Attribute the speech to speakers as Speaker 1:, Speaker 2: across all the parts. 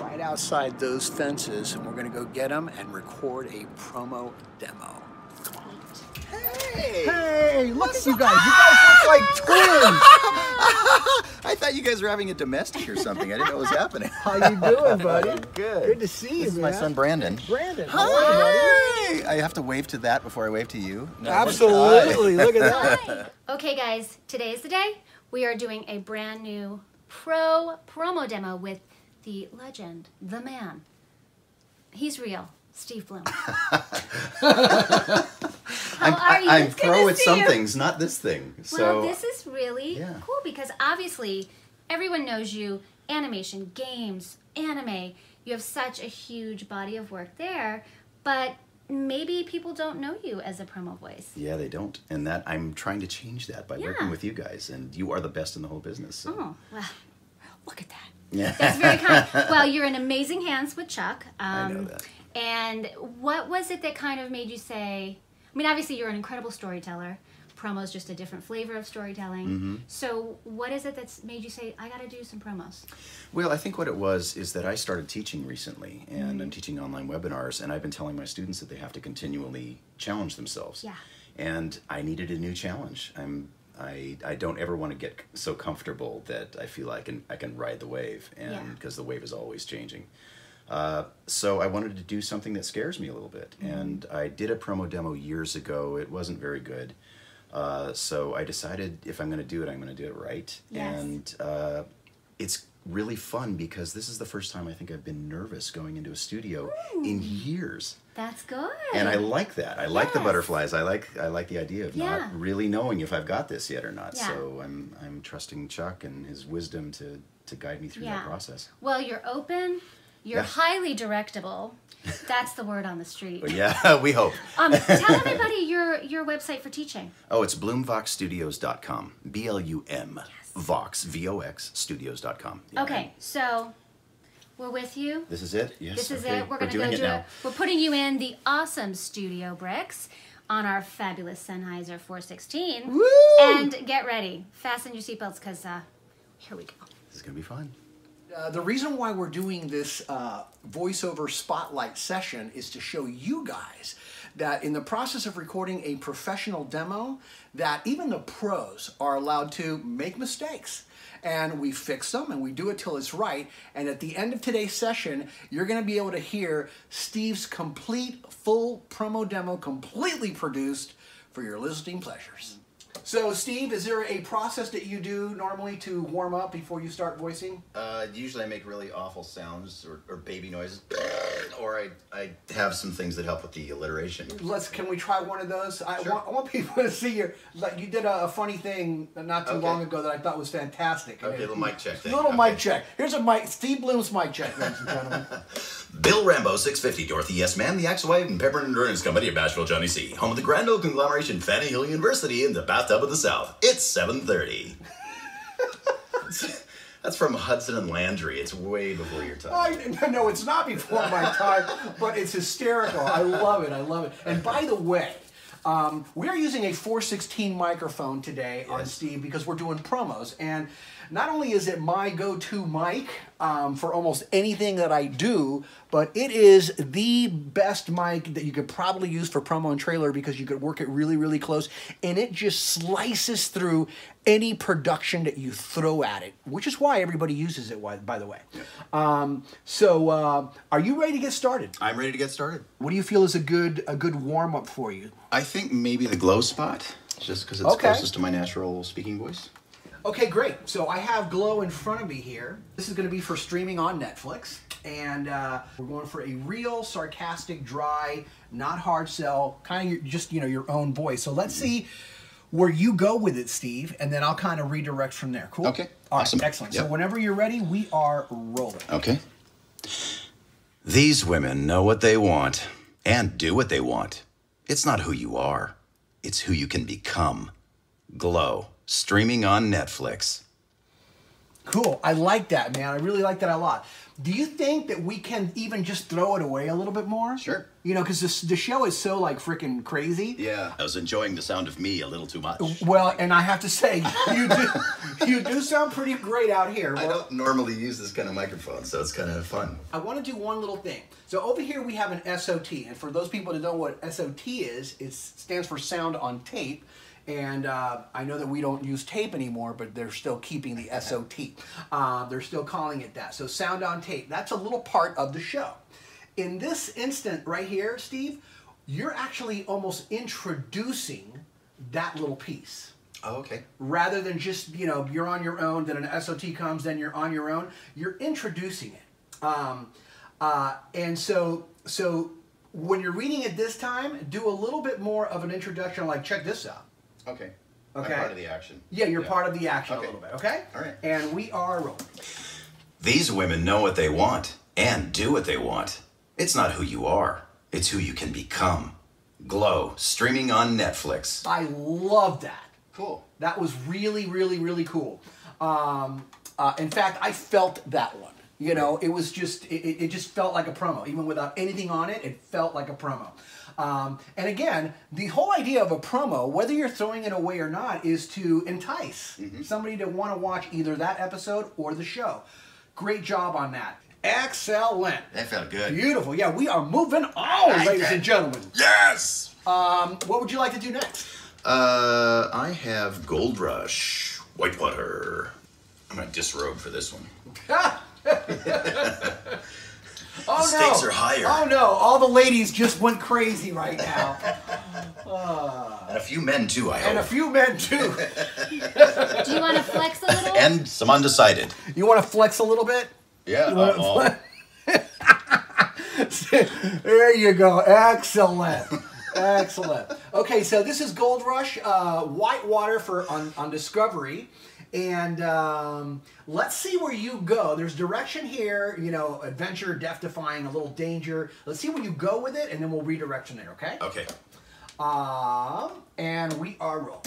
Speaker 1: outside those fences and we're going to go get them and record a promo demo. Hey!
Speaker 2: Hey, look at you guys. You guys look like twins.
Speaker 3: I thought you guys were having a domestic or something. I didn't know what was happening.
Speaker 2: How you doing, buddy?
Speaker 3: Good.
Speaker 2: Good to see you,
Speaker 3: This is
Speaker 2: man.
Speaker 3: my son Brandon.
Speaker 2: Brandon. how are you, buddy?
Speaker 3: Hi! I have to wave to that before I wave to you. No,
Speaker 2: Absolutely. Look at that.
Speaker 4: Okay, guys, today is the day. We are doing a brand new pro promo demo with the legend, the man. He's real, Steve Bloom. How
Speaker 3: I'm,
Speaker 4: are you?
Speaker 3: I, am
Speaker 4: It's good
Speaker 3: pro
Speaker 4: to
Speaker 3: at
Speaker 4: see
Speaker 3: some
Speaker 4: you.
Speaker 3: things, not this thing. So
Speaker 4: well, this is really
Speaker 3: Yeah.
Speaker 4: cool because obviously everyone knows you animation, games, anime. You have such a huge body of work there, but maybe people don't know you as a promo voice.
Speaker 3: yeah, they don't, and that I'm trying to change that by
Speaker 4: Yeah.
Speaker 3: working with you guys, and you are the best in the whole business. so.
Speaker 4: Oh, well, look at that.
Speaker 3: Yeah.
Speaker 4: That's very kind. well, you're in amazing hands with Chuck. Um,
Speaker 3: know that.
Speaker 4: And what was it that kind of made you say? I mean, obviously, you're an incredible storyteller. Promo's just a different flavor of storytelling.
Speaker 3: Mm-hmm.
Speaker 4: So, what is it that's made you say, I got to do some promos?
Speaker 3: Well, I think what it was is that I started teaching recently, and
Speaker 4: Mm.
Speaker 3: I'm teaching online webinars, and I've been telling my students that they have to continually challenge themselves.
Speaker 4: Yeah.
Speaker 3: And I needed a new challenge. I'm I, I don't ever want to get so comfortable that I feel I can I can ride the wave, and
Speaker 4: Yeah.
Speaker 3: because the wave is always changing. Uh, so I wanted to do something that scares me a little bit,
Speaker 4: Mm-hmm.
Speaker 3: and I did a promo demo years ago. It wasn't very good. Uh, so I decided if I'm going to do it, I'm going to do it right.
Speaker 4: Yes.
Speaker 3: And uh, it's really fun because this is the first time I think I've been nervous going into a studio in years.
Speaker 4: That's good.
Speaker 3: And I like that. I like the
Speaker 4: Yes.
Speaker 3: butterflies. I like I like the idea of
Speaker 4: Yeah.
Speaker 3: not really knowing if I've got this yet or not.
Speaker 4: Yeah.
Speaker 3: So I'm I'm trusting Chuck and his wisdom to to guide me through that process.
Speaker 4: Well, you're open. You're
Speaker 3: Yeah.
Speaker 4: highly directable. That's the word on the street.
Speaker 3: But yeah, we hope.
Speaker 4: Um, tell everybody your your website for teaching.
Speaker 3: Oh, it's bloomvoxstudios.com. B L U M Vox V O X studios.com. Yeah.
Speaker 4: Okay, so we're with you.
Speaker 3: This is it? Yes.
Speaker 4: This is
Speaker 3: okay.
Speaker 4: it. We're going to go
Speaker 3: doing
Speaker 4: do
Speaker 3: it now.
Speaker 4: it. We're putting you in the awesome studio bricks on our fabulous Sennheiser 416. Woo! And get ready. Fasten your seatbelts because uh, here we go.
Speaker 3: This is going to be fun.
Speaker 1: Uh, the reason why we're doing this uh, voiceover spotlight session is to show you guys that in the process of recording a professional demo, that even the pros are allowed to make mistakes. And we fix them and we do it till it's right. And at the end of today's session, you're going to be able to hear Steve's complete, full promo demo, completely produced for your listening pleasures. So, Steve, is there a process that you do normally to warm up before you start voicing?
Speaker 3: Uh, usually I make really awful sounds or, or baby noises, or I, I have some things that help with the alliteration.
Speaker 1: Let's. Can we try one of those? I,
Speaker 3: Sure.
Speaker 1: want, I want people to see your. Like you did a, a funny thing not too
Speaker 3: Okay.
Speaker 1: long ago that I thought was fantastic.
Speaker 3: Okay, little mic check thing.
Speaker 1: Little
Speaker 3: Okay.
Speaker 1: mic check. Here's a mic. Steve Bloom's mic check, ladies and gentlemen.
Speaker 3: Bill Rambo, 650, Dorothy Yes Man, the Axe White, and Pepper and Endurance Company of Bashville, Johnny C. Home of the Grand Old Conglomeration, Fanning Hill University, and the Bathtub of the South. It's 730. That's from Hudson and Landry. It's way before your time.
Speaker 1: I, no, it's not before my time, but it's hysterical. I love it. I love it. And by the way, um, we are using a 416 microphone today on
Speaker 3: Yes.
Speaker 1: Steve because we're doing promos. And not only is it my go to mic um, for almost anything that I do, but it is the best mic that you could probably use for promo and trailer because you could work it really, really close. And it just slices through any production that you throw at it, which is why everybody uses it, why- by the way. Um, so, uh, are you ready to get started?
Speaker 3: I'm ready to get started.
Speaker 1: What do you feel is a good a good warm up for you?
Speaker 3: I think maybe the glow spot, just because it's
Speaker 1: Okay.
Speaker 3: closest to my natural speaking voice.
Speaker 1: Okay, great. So I have Glow in front of me here. This is going to be for streaming on Netflix, and uh, we're going for a real sarcastic, dry, not hard sell, kind of your, just you know your own voice. So let's see where you go with it, Steve, and then I'll kind of redirect from there. Cool.
Speaker 3: Okay,
Speaker 1: All right.
Speaker 3: awesome.
Speaker 1: Excellent. So
Speaker 3: Yep.
Speaker 1: whenever you're ready, we are rolling.
Speaker 3: Okay. These women know what they want and do what they want. It's not who you are, it's who you can become. Glow, streaming on Netflix.
Speaker 1: Cool. I like that, man. I really like that a lot. Do you think that we can even just throw it away a little bit more?
Speaker 5: Sure.
Speaker 1: You know, because the show is so like freaking crazy.
Speaker 5: Yeah. I was enjoying the sound of me a little too much.
Speaker 1: Well, and I have to say, you do, you do sound pretty great out here.
Speaker 3: I don't normally use this kind of microphone, so it's kind of fun.
Speaker 1: I want to do one little thing. So over here we have an SOT, and for those people that don't know what SOT is, it stands for sound on tape. And uh, I know that we don't use tape anymore, but they're still keeping the SOT. Uh, they're still calling it that. So sound on tape. That's a little part of the show. In this instant right here, Steve, you're actually almost introducing that little piece
Speaker 3: Oh, okay.
Speaker 1: rather than just you know you're on your own then an sot comes then you're on your own you're introducing it um, uh, and so so when you're reading it this time do a little bit more of an introduction like check this out
Speaker 3: Okay. I'm
Speaker 1: Okay.
Speaker 3: part of the action.
Speaker 1: yeah you're part of the action
Speaker 3: Okay.
Speaker 1: a little bit okay
Speaker 3: All right.
Speaker 1: and we are rolling
Speaker 3: These women know what they want and do what they want. It's not who you are, it's who you can become. Glow, streaming on Netflix.
Speaker 1: i love that
Speaker 3: Cool.
Speaker 1: That was really, really, really cool. Um, uh, in fact, I felt that one. You know, it was just it, it it just felt like a promo, even without anything on it. It felt like a promo. Um, and again, the whole idea of a promo, whether you're throwing it away or not, is to entice somebody to want to watch either that episode or the show. Great job on that. Excellent.
Speaker 3: That felt good.
Speaker 1: Beautiful. Yeah, we are moving on, ladies and gentlemen.
Speaker 3: yes!
Speaker 1: What would you like to do next?
Speaker 3: Uh, I have Gold Rush, Whitewater. I'm gonna disrobe for this one.
Speaker 1: Oh
Speaker 3: The stakes are higher.
Speaker 1: Oh no! All the ladies just went crazy right now,
Speaker 3: And a few men too, I
Speaker 1: and a
Speaker 3: hope.
Speaker 1: few men too.
Speaker 4: Do you want to flex a little?
Speaker 3: And some undecided.
Speaker 1: You want to flex a little bit?
Speaker 3: Yeah.
Speaker 1: there you go. Excellent. Excellent. Okay, so this is Gold Rush, uh, Whitewater for on, on Discovery, and um, let's see where you go. There's direction here, you know, adventure, death defying, a little danger. Let's see where you go with it, and then we'll redirect from there. Okay.
Speaker 3: okay.
Speaker 1: Um, and we are rolling.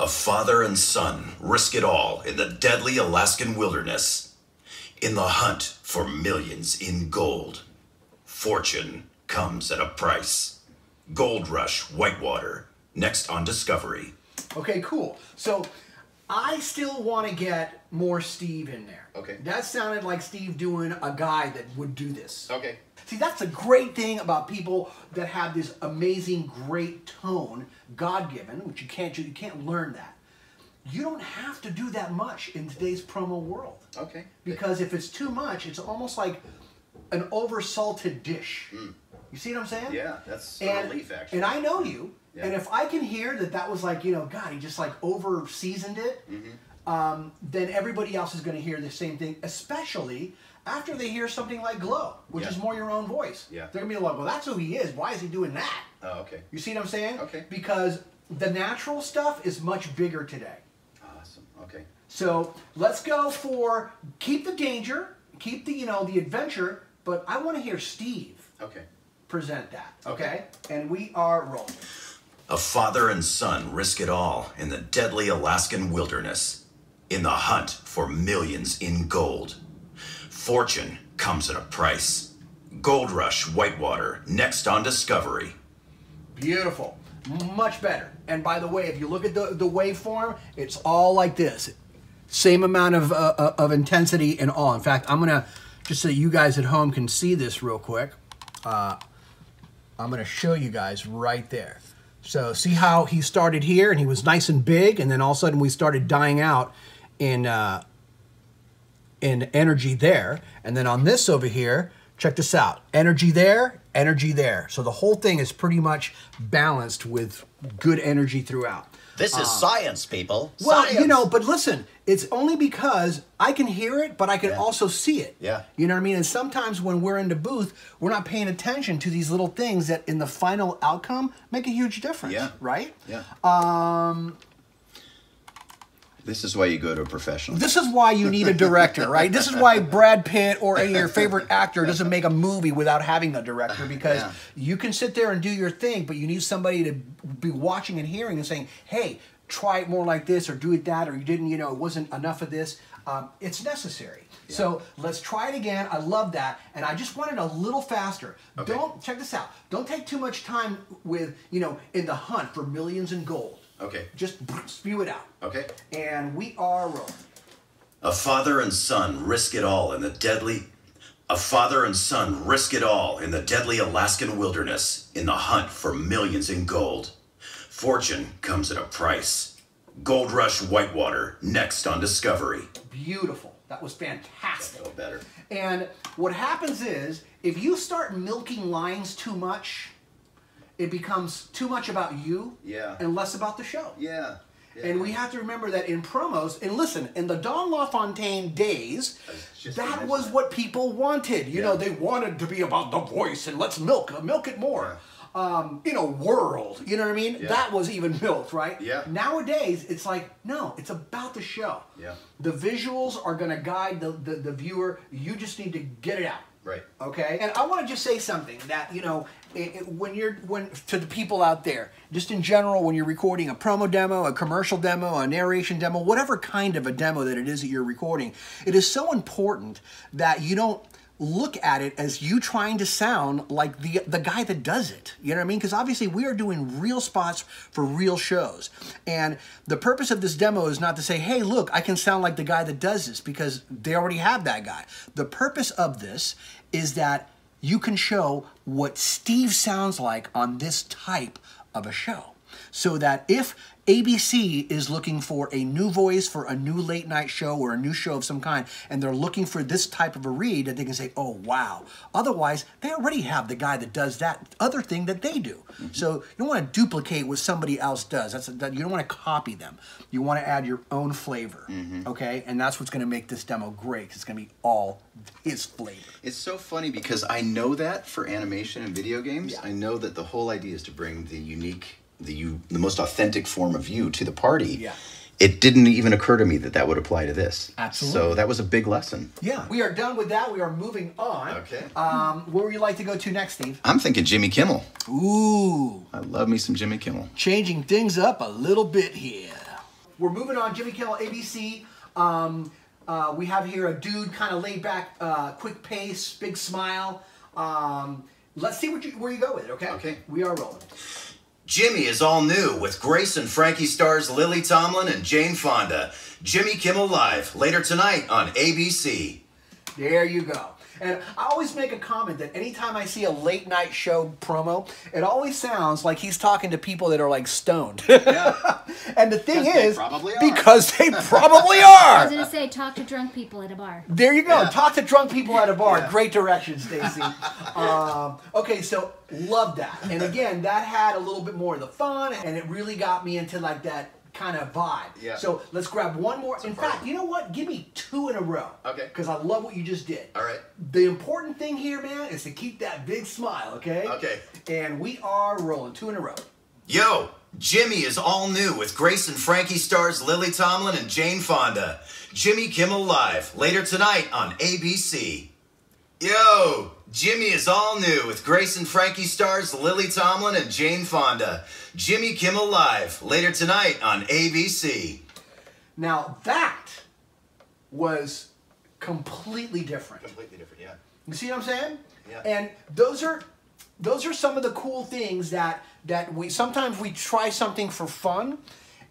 Speaker 3: A father and son risk it all in the deadly Alaskan wilderness in the hunt for millions in gold. Fortune comes at a price. Gold Rush Whitewater, next on Discovery.
Speaker 1: Okay, cool. So I still want to get more Steve in there.
Speaker 3: Okay.
Speaker 1: That sounded like Steve doing a guy that would do this.
Speaker 3: Okay.
Speaker 1: See, that's the great thing about people that have this amazing, great tone, God given, which you can't you can't learn that. You don't have to do that much in today's promo world.
Speaker 3: Okay.
Speaker 1: Because if it's too much, it's almost like an oversalted dish.
Speaker 3: Mm.
Speaker 1: You see what I'm saying?
Speaker 3: that's
Speaker 1: and, and I know you. And if I can hear that that was like, you know, God, he just like over seasoned it,
Speaker 3: Mm-hmm.
Speaker 1: um, then everybody else is going to hear the same thing, especially after they hear something like Glow, which
Speaker 3: Yeah.
Speaker 1: is more your own voice.
Speaker 3: Yeah.
Speaker 1: They're going to be like, well, that's who he is. Why is he doing that?
Speaker 3: oh, okay.
Speaker 1: You see what I'm saying?
Speaker 3: Okay.
Speaker 1: Because the natural stuff is much bigger today.
Speaker 3: Awesome. Okay.
Speaker 1: So let's go for keep the danger, keep the, you know, the adventure, but I want to hear Steve
Speaker 3: Okay.
Speaker 1: present that. okay? And we are rolling.
Speaker 3: A father and son risk it all in the deadly Alaskan wilderness in the hunt for millions in gold. Fortune comes at a price. Gold Rush Whitewater, next on Discovery.
Speaker 1: Beautiful. Much better. And by the way, if you look at the, the waveform, it's all like this. Same amount of, uh, uh, of intensity and all. In fact, I'm going to, just so you guys at home can see this real quick, uh, I'm going to show you guys right there. So see how he started here and he was nice and big, and then all of a sudden we started dying out in, uh, in energy there. And then on this over here, check this out energy there, energy there. So the whole thing is pretty much balanced with good energy throughout.
Speaker 6: This is science, people.
Speaker 1: Ah. Well,
Speaker 6: science.
Speaker 1: you know, but listen, it's only because I can hear it, but I can also see it.
Speaker 6: Yeah.
Speaker 1: You know what I mean? And sometimes when we're in the booth, we're not paying attention to these little things that in the final outcome make a huge difference.
Speaker 5: Yeah.
Speaker 1: Right? Um,
Speaker 5: Yeah. this is why you go to a professional.
Speaker 1: This is why you need a director, right? This is why Brad Pitt or any of your favorite actor doesn't make a movie without having a director because you can sit there and do your thing, but you need somebody to be watching and hearing and saying, "Hey, try it more like this, or do it that, or you didn't, you know, it wasn't enough of this." Um, it's necessary. So let's try it again. I love that, and I just want it a little faster. Don't check this out. Don't take too much time with you know in the hunt for millions in gold.
Speaker 5: Okay.
Speaker 1: Just spew it out.
Speaker 5: Okay.
Speaker 1: And we are rolling.
Speaker 3: A father and son risk it all in the deadly. A father and son risk it all in the deadly Alaskan wilderness in the hunt for millions in gold. Fortune comes at a price. Gold Rush Whitewater next on Discovery.
Speaker 1: Beautiful. That was fantastic.
Speaker 3: Oh, better.
Speaker 1: And what happens is, if you start milking lines too much, it becomes too much about you
Speaker 5: Yeah.
Speaker 1: and less about the show.
Speaker 5: Yeah.
Speaker 1: And we have to remember that in promos, and listen, in the Don LaFontaine days,
Speaker 5: just gonna
Speaker 1: that
Speaker 5: mention
Speaker 1: was
Speaker 5: that.
Speaker 1: what people wanted. You know, they wanted to be about the voice and let's milk, uh, milk it more. Um, you know, world. You know what I mean? That was even milked, right?
Speaker 5: Yeah.
Speaker 1: Nowadays, it's like, no, it's about the show.
Speaker 5: Yeah.
Speaker 1: The visuals are going to guide the, the, the viewer. You just need to get it out.
Speaker 5: Right.
Speaker 1: Okay. And I want to just say something that, you know, it, it- when you're, when, to the people out there, just in general, when you're recording a promo demo, a commercial demo, a narration demo, whatever kind of a demo that it is that you're recording, it is so important that you don't look at it as you trying to sound like the the guy that does it you know what i mean because obviously we are doing real spots for real shows and the purpose of this demo is not to say hey look i can sound like the guy that does this because they already have that guy the purpose of this is that you can show what steve sounds like on this type of a show so that if ABC is looking for a new voice for a new late night show or a new show of some kind, and they're looking for this type of a read, that they can say, "Oh wow!" Otherwise, they already have the guy that does that other thing that they do. So you don't want to duplicate what somebody else does. That's that, you don't want to copy them. You want to add your own flavor, okay? And that's what's going to make this demo great. 'cause it's going to be all his flavor.
Speaker 5: It's so funny because I know that for animation and video games, I know that the whole idea is to bring the unique, the you, the most authentic form of you to the party.
Speaker 1: Yeah.
Speaker 5: It didn't even occur to me that that would apply to this.
Speaker 1: Absolutely.
Speaker 5: So that was a big lesson.
Speaker 1: Yeah, we are done with that. We are moving on.
Speaker 5: Okay.
Speaker 1: Um, where would you like to go to next, Steve?
Speaker 5: I'm thinking Jimmy Kimmel.
Speaker 1: Ooh.
Speaker 5: I love me some Jimmy Kimmel.
Speaker 1: changing things up a little bit here. We're moving on. Jimmy Kimmel, ABC. Um, uh, we have here a dude, kind of laid back, uh, quick pace, big smile. Um, let's see what you, where you go with it. Okay.
Speaker 5: Okay.
Speaker 1: We are rolling.
Speaker 3: Jimmy is all new with Grace and Frankie stars Lily Tomlin and Jane Fonda. Jimmy Kimmel Live later tonight on ABC.
Speaker 1: There you go. And I always make a comment that anytime I see a late night show promo, it always sounds like he's talking to people that are like stoned. and the thing
Speaker 5: Because they
Speaker 1: is,
Speaker 5: probably are.
Speaker 1: because they probably
Speaker 4: I
Speaker 1: are.
Speaker 4: was gonna say, talk to drunk people at a bar.
Speaker 1: There you go. Talk to drunk people at a bar. Great direction, Stacy. um, okay, so love that. And again, that had a little bit more of the fun, and it really got me into like that kind of vibe.
Speaker 5: Yeah.
Speaker 1: So let's grab one more. in
Speaker 5: party.
Speaker 1: fact, you know what? Give me two in a row.
Speaker 5: Okay.
Speaker 1: Because I love what you just did.
Speaker 5: All right.
Speaker 1: The important thing here, man, is to keep that big smile. Okay.
Speaker 5: Okay.
Speaker 1: And we are rolling two in a row.
Speaker 3: Yo, Jimmy is all new with Grace and Frankie stars Lily Tomlin and Jane Fonda. Jimmy Kimmel Live later tonight on ABC. Yo, Jimmy is all new with Grace and Frankie stars Lily Tomlin and Jane Fonda. Jimmy Kimmel Live later tonight on ABC.
Speaker 1: Now that was completely different.
Speaker 5: Completely different, yeah.
Speaker 1: You see what I'm saying?
Speaker 5: Yeah.
Speaker 1: And those are those are some of the cool things that that we sometimes we try something for fun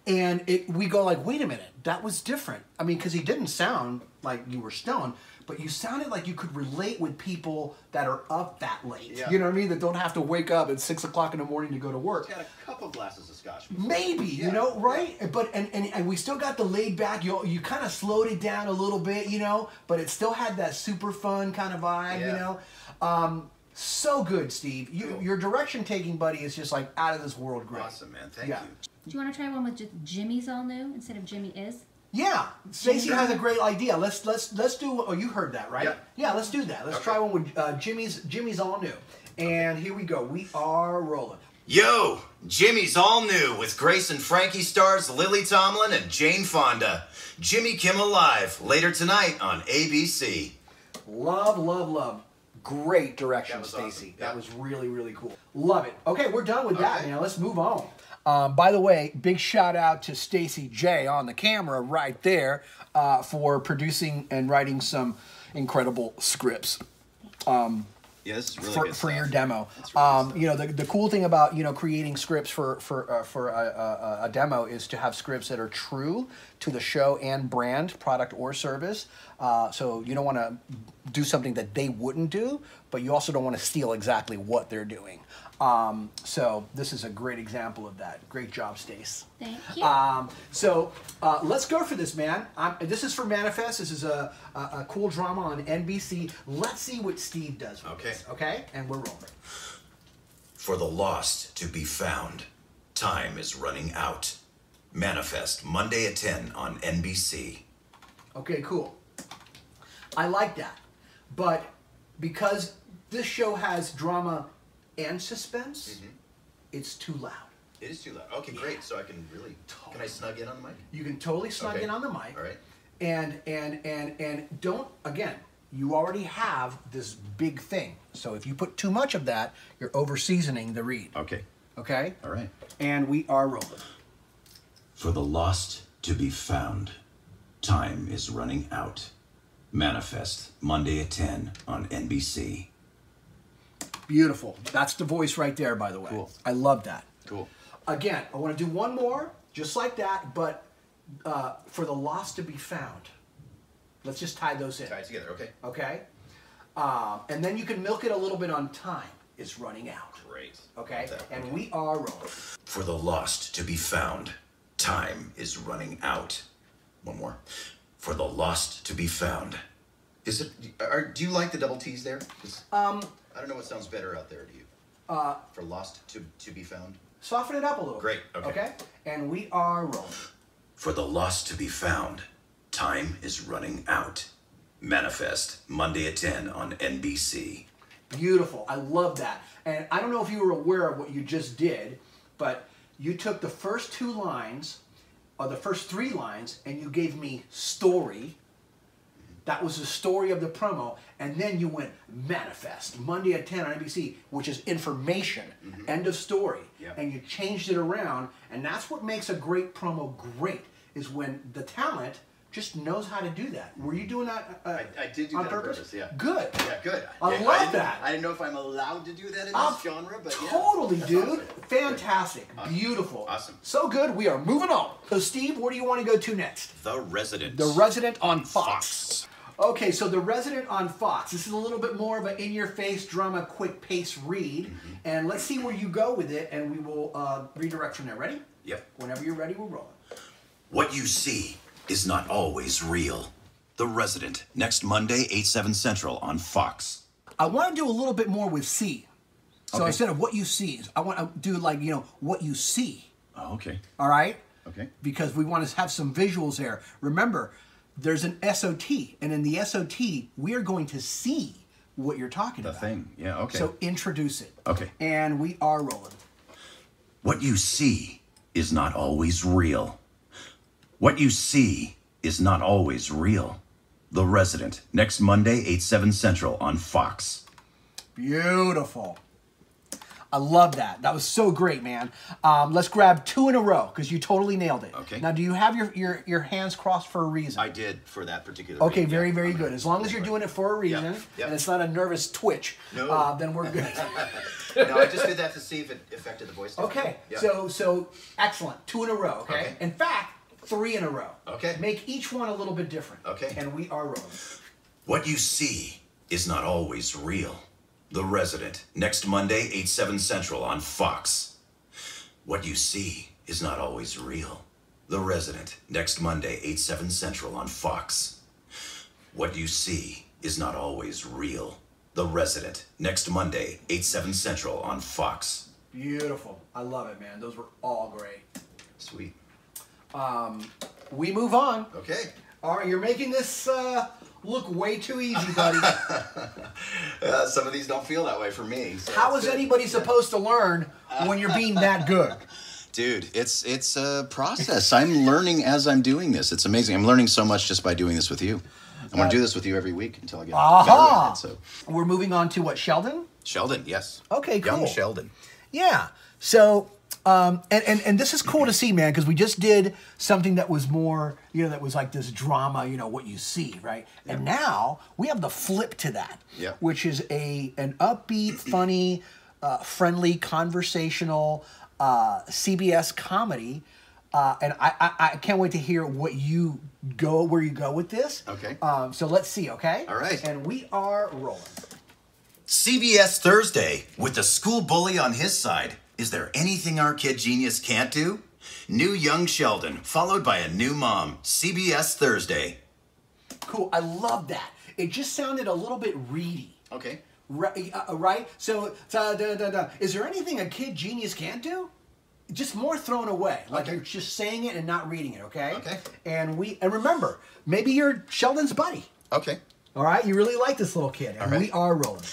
Speaker 1: and it we go like, "Wait a minute, that was different." I mean, cuz he didn't sound like you were stoned, but you sounded like you could relate with people that are up that late.
Speaker 5: Yeah.
Speaker 1: You know what I mean? That don't have to wake up at six o'clock in the morning to go to work.
Speaker 5: Got a couple glasses of scotch.
Speaker 1: Maybe you
Speaker 5: Yeah.
Speaker 1: know, right? But and, and and we still got the laid back. You you kind of slowed it down a little bit, you know, but it still had that super fun kind of vibe, you
Speaker 5: Yeah.
Speaker 1: know. Um, so good, Steve. You, Your direction taking buddy is just like out of this world, great.
Speaker 5: Awesome, man. Thank
Speaker 1: Yeah.
Speaker 5: you.
Speaker 4: Do you want to try one with just Jimmy's all new instead of Jimmy is?
Speaker 1: Yeah, Stacy has a great idea. Let's let's let's do. Oh, you heard that, right?
Speaker 5: Yeah.
Speaker 1: let's do that. Let's
Speaker 5: Okay.
Speaker 1: try one with uh, Jimmy's. Jimmy's all new, and here we go. We are rolling.
Speaker 3: Yo, Jimmy's all new with Grace and Frankie stars Lily Tomlin and Jane Fonda. Jimmy Kimmel Live later tonight on ABC.
Speaker 1: Love, love, love. Great direction,
Speaker 5: That was
Speaker 1: Stacy.
Speaker 5: awesome.
Speaker 1: That
Speaker 5: Yeah.
Speaker 1: was really, really cool. Love it. Okay, we're done with that
Speaker 5: Okay.
Speaker 1: now. Let's move on. Um, by the way, big shout out to Stacy J on the camera right there uh, for producing and writing some incredible scripts
Speaker 5: Yeah, this is really
Speaker 1: for,
Speaker 5: good
Speaker 1: for your
Speaker 5: stuff.
Speaker 1: demo.
Speaker 5: That's really
Speaker 1: Um,
Speaker 5: good
Speaker 1: you know, the, the cool thing about you know creating scripts for for uh, for a, a, a demo is to have scripts that are true to the show and brand, product or service. Uh, so you don't want to do something that they wouldn't do, but you also don't want to steal exactly what they're doing. Um, so this is a great example of that. Great job, Stace.
Speaker 4: Thank you.
Speaker 1: Um, so uh, let's go for this, man. Um, this is for Manifest. This is a, a, a cool drama on NBC. Let's see what Steve does with
Speaker 3: Okay.
Speaker 1: this, okay? And we're rolling.
Speaker 3: For the lost to be found. Time is running out. Manifest Monday at 10 on NBC.
Speaker 1: Okay, cool. I like that. But because this show has drama and suspense,
Speaker 3: Mm-hmm.
Speaker 1: it's too loud.
Speaker 3: It is too loud. Okay, great. So I can really. Can I snug in on the mic?
Speaker 1: You can totally snug
Speaker 3: Okay.
Speaker 1: in on the mic.
Speaker 3: All right.
Speaker 1: And and and and don't again. You already have this big thing. So if you put too much of that, you're over seasoning the read.
Speaker 5: Okay.
Speaker 1: Okay.
Speaker 5: All right.
Speaker 1: And we are rolling.
Speaker 3: For the lost to be found. Time is running out. Manifest Monday at 10 on NBC.
Speaker 1: Beautiful. That's the voice right there, by the way.
Speaker 5: Cool.
Speaker 1: I love that.
Speaker 5: Cool.
Speaker 1: Again, I want to do one more, just like that, but uh, for the lost to be found. Let's just tie those in.
Speaker 3: Tie it together, okay?
Speaker 1: Okay? Um, and then you can milk it a little bit on time is running out.
Speaker 3: Great.
Speaker 1: Okay?
Speaker 3: That-
Speaker 1: And we are rolling.
Speaker 3: For the lost to be found. Time is running out. One more. For the lost to be found. Is it. Are, do you like the double T's there? Um. I don't know what sounds better out there to you. Uh. For lost to, to be found.
Speaker 1: Soften it up a little.
Speaker 3: Great, okay.
Speaker 1: And we are rolling.
Speaker 3: For the lost to be found. Time is running out. Manifest Monday at 10 on NBC.
Speaker 1: Beautiful. I love that. And I don't know if you were aware of what you just did, but you took the first two lines, or the first three lines, and you gave me story. That was the story of the promo. And then you went manifest, Monday at 10 on NBC, which is information,
Speaker 5: Mm-hmm.
Speaker 1: end of story.
Speaker 5: Yep.
Speaker 1: And you changed it around. And that's what makes a great promo great, is when the talent just knows how to do that. Were you doing that uh,
Speaker 5: I did do
Speaker 1: on
Speaker 5: that on
Speaker 1: purpose?
Speaker 5: purpose, yeah.
Speaker 1: Good.
Speaker 5: Yeah, good.
Speaker 1: I
Speaker 5: Yeah,
Speaker 1: love
Speaker 5: didn't-
Speaker 1: that.
Speaker 5: I didn't know if I'm allowed to do that in this
Speaker 1: Up.
Speaker 5: genre, but yeah.
Speaker 1: totally,
Speaker 5: That's
Speaker 1: dude.
Speaker 5: awesome.
Speaker 1: Fantastic, beautiful,
Speaker 5: Awesome.
Speaker 1: so good. We are moving on. So, Steve, where do you want to go to next?
Speaker 5: The resident.
Speaker 1: The Resident on Fox. Okay, so The Resident on Fox. This is a little bit more of an in-your-face drama, quick-pace read,
Speaker 5: Mm-hmm.
Speaker 1: and let's see where you go with it, and we will uh, redirect from there. Ready?
Speaker 3: Yep.
Speaker 1: Whenever you're ready, we're rolling.
Speaker 3: What you see is not always real. The Resident, next Monday, 8, 7 Central on Fox.
Speaker 1: I want to do a little bit more with C. So instead of what you see, I want to do like you know what you see.
Speaker 3: Oh, okay.
Speaker 1: All right.
Speaker 3: Okay.
Speaker 1: Because we want to have some visuals there. Remember, there's an SOT, and in the SOT, we are going to see what you're talking about.
Speaker 3: Yeah, okay.
Speaker 1: So introduce it.
Speaker 3: Okay.
Speaker 1: And we are rolling.
Speaker 3: what you see is not always real. What you see is not always real. The Resident, next Monday, 8, 7 Central on Fox.
Speaker 1: Beautiful. I love that. That was so great, man. Um, let's grab two in a row because you totally nailed it.
Speaker 5: Okay.
Speaker 1: Now, do you have your, your, your hands crossed for a reason?
Speaker 5: I did for that particular.
Speaker 1: Okay,
Speaker 5: read,
Speaker 1: very,
Speaker 5: yeah.
Speaker 1: very
Speaker 5: I'm
Speaker 1: good.
Speaker 5: gonna-
Speaker 1: As long as you're doing it for a reason
Speaker 5: yeah.
Speaker 1: and it's not a nervous twitch, uh, then we're good.
Speaker 5: No, I just did that to see if it affected the voice.
Speaker 1: Okay.
Speaker 5: Yeah.
Speaker 1: So so excellent. Two in a row. Okay?
Speaker 5: Okay.
Speaker 1: In fact, three in a row.
Speaker 5: Okay.
Speaker 1: Make each one a little bit different.
Speaker 5: Okay.
Speaker 1: And we are rolling.
Speaker 3: What you see is not always real. The Resident, next Monday, 8 7 Central on Fox. What you see is not always real. The Resident, next Monday, 8 7 Central on Fox. What you see is not always real. The Resident, next Monday, 8 7 Central on Fox.
Speaker 1: Beautiful. I love it, man. Those were all great.
Speaker 5: Sweet.
Speaker 1: We move on.
Speaker 5: Okay.
Speaker 1: All right, you're making this uh, look way too easy, buddy.
Speaker 5: Uh, some of these don't feel that way for me. so
Speaker 1: How
Speaker 5: that's
Speaker 1: is
Speaker 5: good.
Speaker 1: anybody supposed to learn when you're being that good?
Speaker 5: Dude, it's it's a process. I'm learning as I'm doing this. It's amazing. I'm learning so much just by doing this with you. I'm gonna do this with you every week until I get better
Speaker 1: Uh, Aha!
Speaker 5: at it. So,
Speaker 1: We're moving on to what, Sheldon?
Speaker 5: Sheldon, yes.
Speaker 1: Okay,
Speaker 5: Young
Speaker 1: cool.
Speaker 5: Sheldon.
Speaker 1: Yeah. So Um, and, and, and this is cool to see, man, because we just did something that was more, you know, that was like this drama, you know, what you see, right? And now we have the flip to that,
Speaker 5: Yeah.
Speaker 1: which is a an upbeat, funny, uh, friendly, conversational uh, CBS comedy. Uh, and I, I, I can't wait to hear what you go, where you go with this.
Speaker 5: Okay.
Speaker 1: Um, so let's see, okay?
Speaker 5: All right.
Speaker 1: And we are rolling.
Speaker 3: CBS Thursday with the school bully on his side. Is there anything our kid genius can't do? New young Sheldon, followed by a new mom. CBS Thursday.
Speaker 1: Cool. I love that. It just sounded a little bit reedy.
Speaker 5: Okay.
Speaker 1: Right? Uh, right? So, da, da, da, da. is there anything a kid genius can't do? Just more thrown away. Like
Speaker 5: Okay.
Speaker 1: you're just saying it and not reading it, okay?
Speaker 5: Okay.
Speaker 1: And we and remember, maybe you're Sheldon's buddy.
Speaker 5: Okay.
Speaker 1: All right? You really like this little kid. And
Speaker 5: right.
Speaker 1: we are rolling.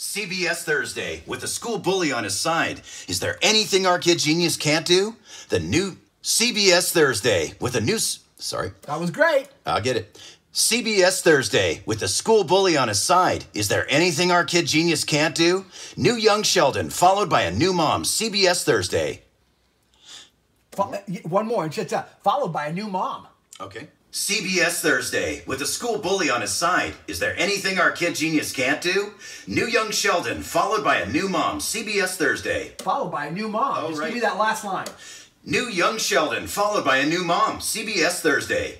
Speaker 3: CBS Thursday with the school bully on his side. Is there anything our kid genius can't do? The new CBS Thursday with a new. s- Sorry,
Speaker 1: That was great.
Speaker 3: I'll get it. CBS Thursday with the school bully on his side. Is there anything our kid genius can't do? New young Sheldon, followed by a new mom. CBS Thursday.
Speaker 1: Fo- uh, y- one more. It's just, uh, followed by a new mom.
Speaker 3: Okay. CBS Thursday with the school bully on his side. Is there anything our kid genius can't do? New young Sheldon, followed by a new mom. CBS Thursday.
Speaker 1: Followed by a new mom. just
Speaker 3: right.
Speaker 1: give me that last line.
Speaker 3: New young Sheldon, followed by a new mom. CBS Thursday.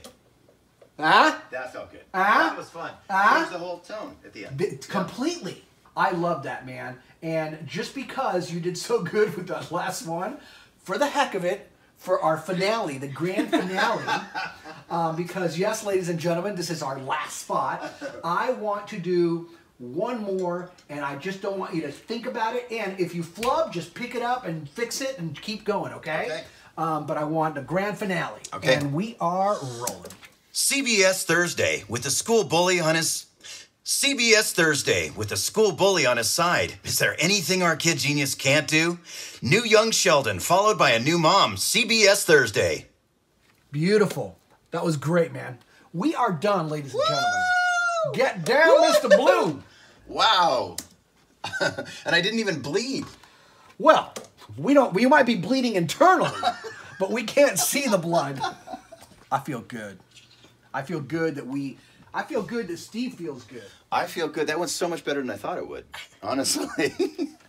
Speaker 1: Huh?
Speaker 3: That felt good.
Speaker 1: Ah?
Speaker 3: That was fun.
Speaker 1: Ah?
Speaker 3: There's the whole tone at the end.
Speaker 1: B- completely. I love that, man. And just because you did so good with that last one, for the heck of it, for our finale, the grand finale, um, because yes, ladies and gentlemen, this is our last spot. I want to do one more, and I just don't want you to think about it. And if you flub, just pick it up and fix it and keep going, okay?
Speaker 5: Okay.
Speaker 1: Um, but I want the grand finale.
Speaker 3: Okay.
Speaker 1: And we are rolling.
Speaker 3: CBS Thursday with the school bully on his. CBS Thursday with the school bully on his side. Is there anything our kid genius can't do? New young Sheldon, followed by a new mom. CBS Thursday.
Speaker 1: Beautiful. That was great, man. We are done, ladies and gentlemen. Get down, Mr. Bloom.
Speaker 5: Wow. and I didn't even bleed.
Speaker 1: Well, we don't. We might be bleeding internally, but we can't see the blood. I feel good. I feel good that we. I feel good that Steve feels good.
Speaker 5: I feel good. That went so much better than I thought it would. Honestly.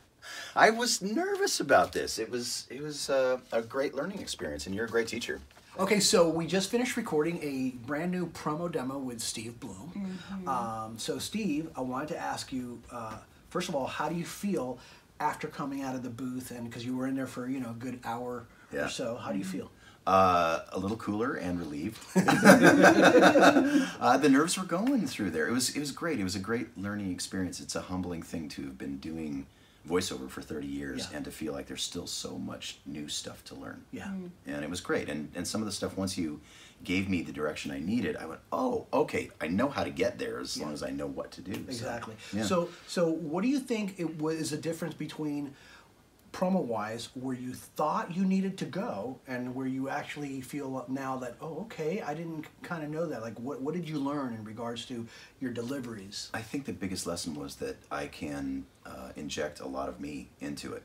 Speaker 5: I was nervous about this. It was it was uh, a great learning experience and you're a great teacher.
Speaker 7: Okay, so we just finished recording a brand new promo demo with Steve Bloom. Um, so, Steve, I wanted to ask you uh, first of all, how do you feel after coming out of the booth? And because you were in there for you know a good hour
Speaker 5: Yeah.
Speaker 7: or so, how do you feel?
Speaker 5: uh, a little cooler and relieved. uh, the nerves were going through there. It was it was great. It was a great learning experience. It's a humbling thing to have been doing voiceover for 30 years
Speaker 7: Yeah.
Speaker 5: and to feel like there's still so much new stuff to learn.
Speaker 7: Yeah. Mm.
Speaker 5: And it was great. And and some of the stuff once you gave me the direction I needed, I went, "Oh, okay, I know how to get there as long as I know what to do." So,
Speaker 7: Exactly.
Speaker 5: yeah.
Speaker 7: So, so what do you think it was is the difference between promo wise where you thought you needed to go and where you actually feel now that oh okay I didn't kind of know that like what what did you learn in regards to your deliveries?
Speaker 5: I think the biggest lesson was that I can uh, inject a lot of me into it.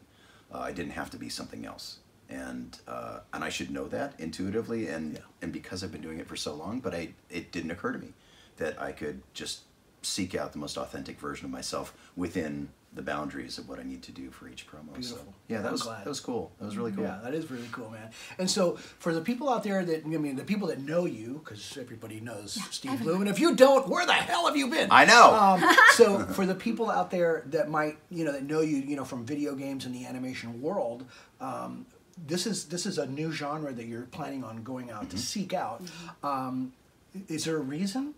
Speaker 5: Uh, I didn't have to be something else, and uh, and I should know that intuitively, and and because I've been doing it for so long, but I it didn't occur to me that I could just seek out the most authentic version of myself within the boundaries of what I need to do for each promo. So
Speaker 7: Beautiful.
Speaker 5: yeah, that
Speaker 7: I'm
Speaker 5: was
Speaker 7: glad.
Speaker 5: that was cool. That was really cool.
Speaker 7: Yeah, that is really cool, man. And so for the people out there that I mean, the people that know you, because everybody knows Steve Bloom, and if you don't, where the hell have you been?
Speaker 5: I know.
Speaker 7: Um, so for the people out there that might you know that know you you know from video games and the animation world. Um, this is this is a new genre that you're planning on going out
Speaker 5: Mm-hmm.
Speaker 7: to seek out. Um, is there a reason?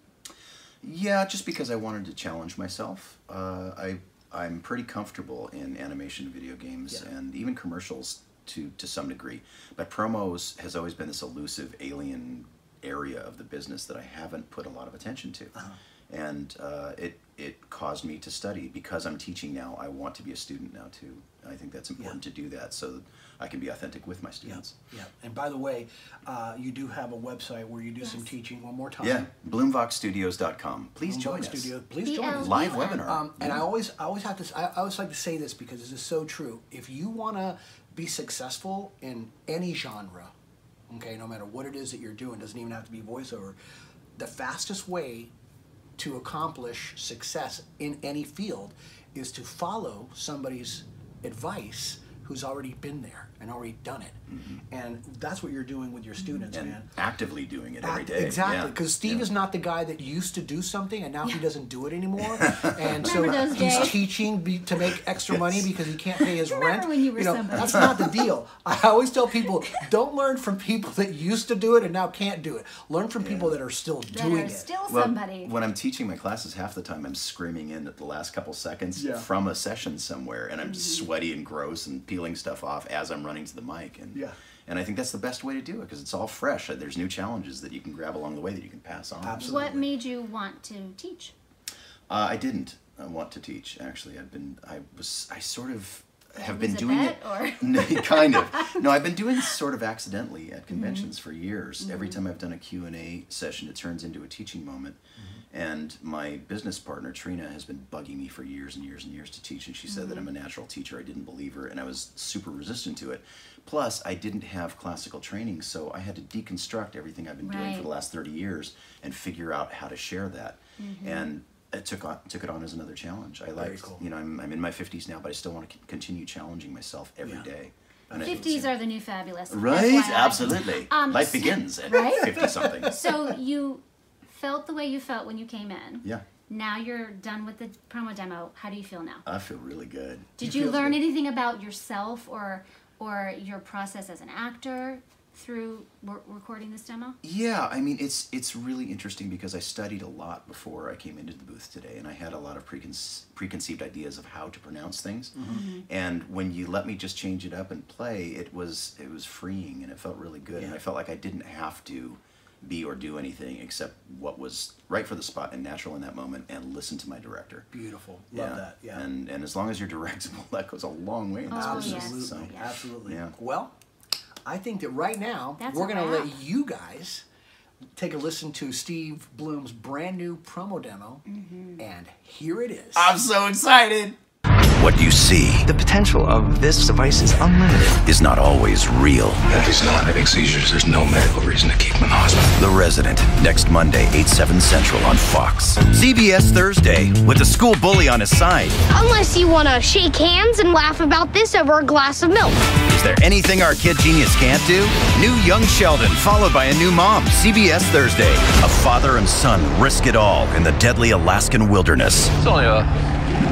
Speaker 5: Yeah, just because I wanted to challenge myself. Uh, I I'm pretty comfortable in animation, video games,
Speaker 7: Yeah.
Speaker 5: and even commercials to to some degree. But promos has always been this elusive alien area of the business that I haven't put a lot of attention to,
Speaker 1: Uh-huh.
Speaker 5: and uh, it it caused me to study because I'm teaching now. I want to be a student now too. I think that's important to do that so that I can be authentic with my students.
Speaker 1: Yeah. And by the way, uh, you do have a website where you do some teaching one more time.
Speaker 5: Yeah, bloomvoxstudios.com. Please
Speaker 1: Bloomberg
Speaker 5: join
Speaker 1: Studio.
Speaker 5: us.
Speaker 1: Please join us.
Speaker 4: BL.
Speaker 5: Live webinar.
Speaker 1: Um, and I always, I always have to, I I always like to say this because this is so true. If you want to be successful in any genre, okay, no matter what it is that you're doing, doesn't even have to be voiceover. The fastest way to accomplish success in any field is to follow somebody's advice who's already been there and already done it. And that's what you're doing with your students,
Speaker 5: and
Speaker 1: man.
Speaker 5: actively doing it every
Speaker 1: Act-
Speaker 5: day.
Speaker 1: Exactly,
Speaker 5: yeah.
Speaker 1: because Steve
Speaker 5: Yeah.
Speaker 1: is not the guy that used to do something and now he doesn't do it anymore. And so
Speaker 4: Remember those
Speaker 1: he's
Speaker 4: days?
Speaker 1: teaching be, to make extra money because he can't pay his
Speaker 4: Remember
Speaker 1: rent.
Speaker 4: when you were
Speaker 1: know,
Speaker 4: somebody.
Speaker 1: that's not the deal. I always tell people don't learn from people that used to do it and now can't do it. Learn from people that are still
Speaker 4: That
Speaker 1: doing
Speaker 4: are
Speaker 1: it.
Speaker 4: still
Speaker 5: Well,
Speaker 4: somebody.
Speaker 5: when I'm teaching my classes, half the time I'm screaming in at the last couple seconds
Speaker 2: Yeah.
Speaker 5: from a session somewhere, and I'm
Speaker 4: Mm-hmm.
Speaker 5: sweaty and gross and peeling stuff off as I'm running to the mic. And
Speaker 2: Yeah.
Speaker 5: and I think that's the best way to do it because it's all fresh. Uh, There's new challenges that you can grab along the way that you can pass on.
Speaker 2: Absolutely.
Speaker 4: what made you want to teach?
Speaker 5: Uh, I didn't uh, want to teach. Actually, I've been. I was. I sort of have been
Speaker 4: Was it
Speaker 5: doing
Speaker 4: that,
Speaker 5: it.
Speaker 4: or-
Speaker 5: No, kind of. No, I've been doing this sort of accidentally at conventions for years. Every time I've done a Q&A session, it turns into a teaching moment. And my business partner, Trina, has been bugging me for years and years and years to teach. And she said that I'm a natural teacher. I didn't believe her, and I was super resistant to it. Plus, I didn't have classical training, so I had to deconstruct everything I've been doing for
Speaker 4: Right.
Speaker 5: the last 30 years and figure out how to share that. And I took on, took it on as another challenge. I like,
Speaker 1: cool.
Speaker 5: you know, I'm, I'm in my 50s now, but I still want to c- continue challenging myself every
Speaker 1: Yeah.
Speaker 5: day. And I think it's-
Speaker 4: Fifties are the new fabulous.
Speaker 5: Right,
Speaker 4: FYI.
Speaker 5: absolutely.
Speaker 4: Um,
Speaker 5: Life
Speaker 4: so-
Speaker 5: begins at
Speaker 4: right?
Speaker 5: 50 something.
Speaker 4: So you felt the way you felt when you came in.
Speaker 5: Yeah.
Speaker 4: Now you're done with the promo demo. How do you feel now?
Speaker 5: I feel really good.
Speaker 4: Did you, learn anything about yourself or or your process as an actor through re- recording this demo?
Speaker 5: Yeah, I mean it's it's really interesting because I studied a lot before I came into the booth today, and I had a lot of preconce- preconceived ideas of how to pronounce things.
Speaker 4: Mm-hmm.
Speaker 5: And when you let me just change it up and play, it was it was freeing, and it felt really good. And I felt like I didn't have to be or do anything except what was right for the spot and natural in that moment, and listen to my director.
Speaker 1: Beautiful. Love that. Yeah.
Speaker 5: And and as long as you're directable, that goes a long way in this
Speaker 4: Oh,
Speaker 5: business.
Speaker 4: yes.
Speaker 5: So.
Speaker 1: Absolutely. Absolutely.
Speaker 5: Yeah.
Speaker 1: Well, I think that right now
Speaker 4: That's
Speaker 1: we're
Speaker 4: a
Speaker 1: going to let
Speaker 4: wrap.
Speaker 1: you guys take a listen to Steve Bloom's brand new promo demo,
Speaker 4: Mm-hmm.
Speaker 1: and here it is.
Speaker 5: I'm so excited.
Speaker 3: What you see
Speaker 8: The potential of this device is unlimited.
Speaker 3: is not always real.
Speaker 9: If he's not having seizures, there's no medical reason to keep him in hospital.
Speaker 3: The Resident, next Monday, 8, 7 Central on Fox. CBS Thursday, with the school bully on his side.
Speaker 10: Unless you want to shake hands and laugh about this over a glass of milk.
Speaker 3: Is there anything our kid genius can't do? New Young Sheldon, followed by a new mom, CBS Thursday. A father and son risk it all in the deadly Alaskan wilderness
Speaker 11: It's only a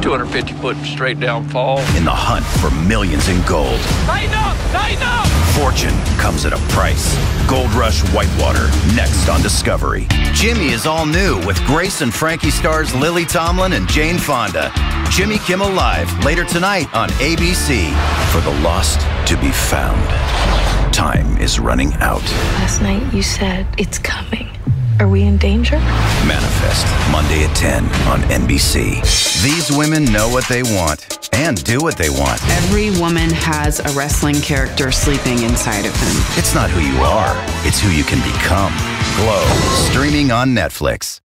Speaker 11: 250 foot straight down fall.
Speaker 3: in the hunt for millions in gold.
Speaker 11: Tighten up! Tighten up!
Speaker 3: Fortune comes at a price. Gold Rush Whitewater, next on Discovery. Jimmy is all new with Grace and Frankie stars Lily Tomlin and Jane Fonda. Jimmy Kimmel Live, later tonight on ABC. For the lost to be found. Time is running out.
Speaker 12: Last night you said it's coming. Are we in danger?
Speaker 3: Manifest, Monday at 10 on NBC. These women know what they want and do what they want.
Speaker 13: Every woman has a wrestling character sleeping inside of him.
Speaker 3: It's not who you are, it's who you can become. Glow, streaming on Netflix.